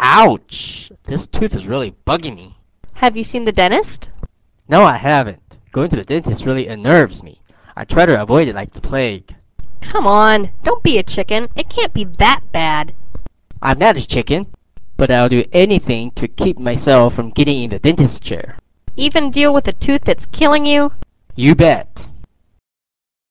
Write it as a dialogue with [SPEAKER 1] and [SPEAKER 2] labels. [SPEAKER 1] ouch! this tooth is really bugging me have you seen the dentist no i haven't. going to the dentist really unnerves me i try to avoid it like the plague come on, don't be a chicken. it can't be that bad i'm not a chicken but i'll do anything to keep myself from getting in the dentist's chair even deal with a tooth that's killing you you bet.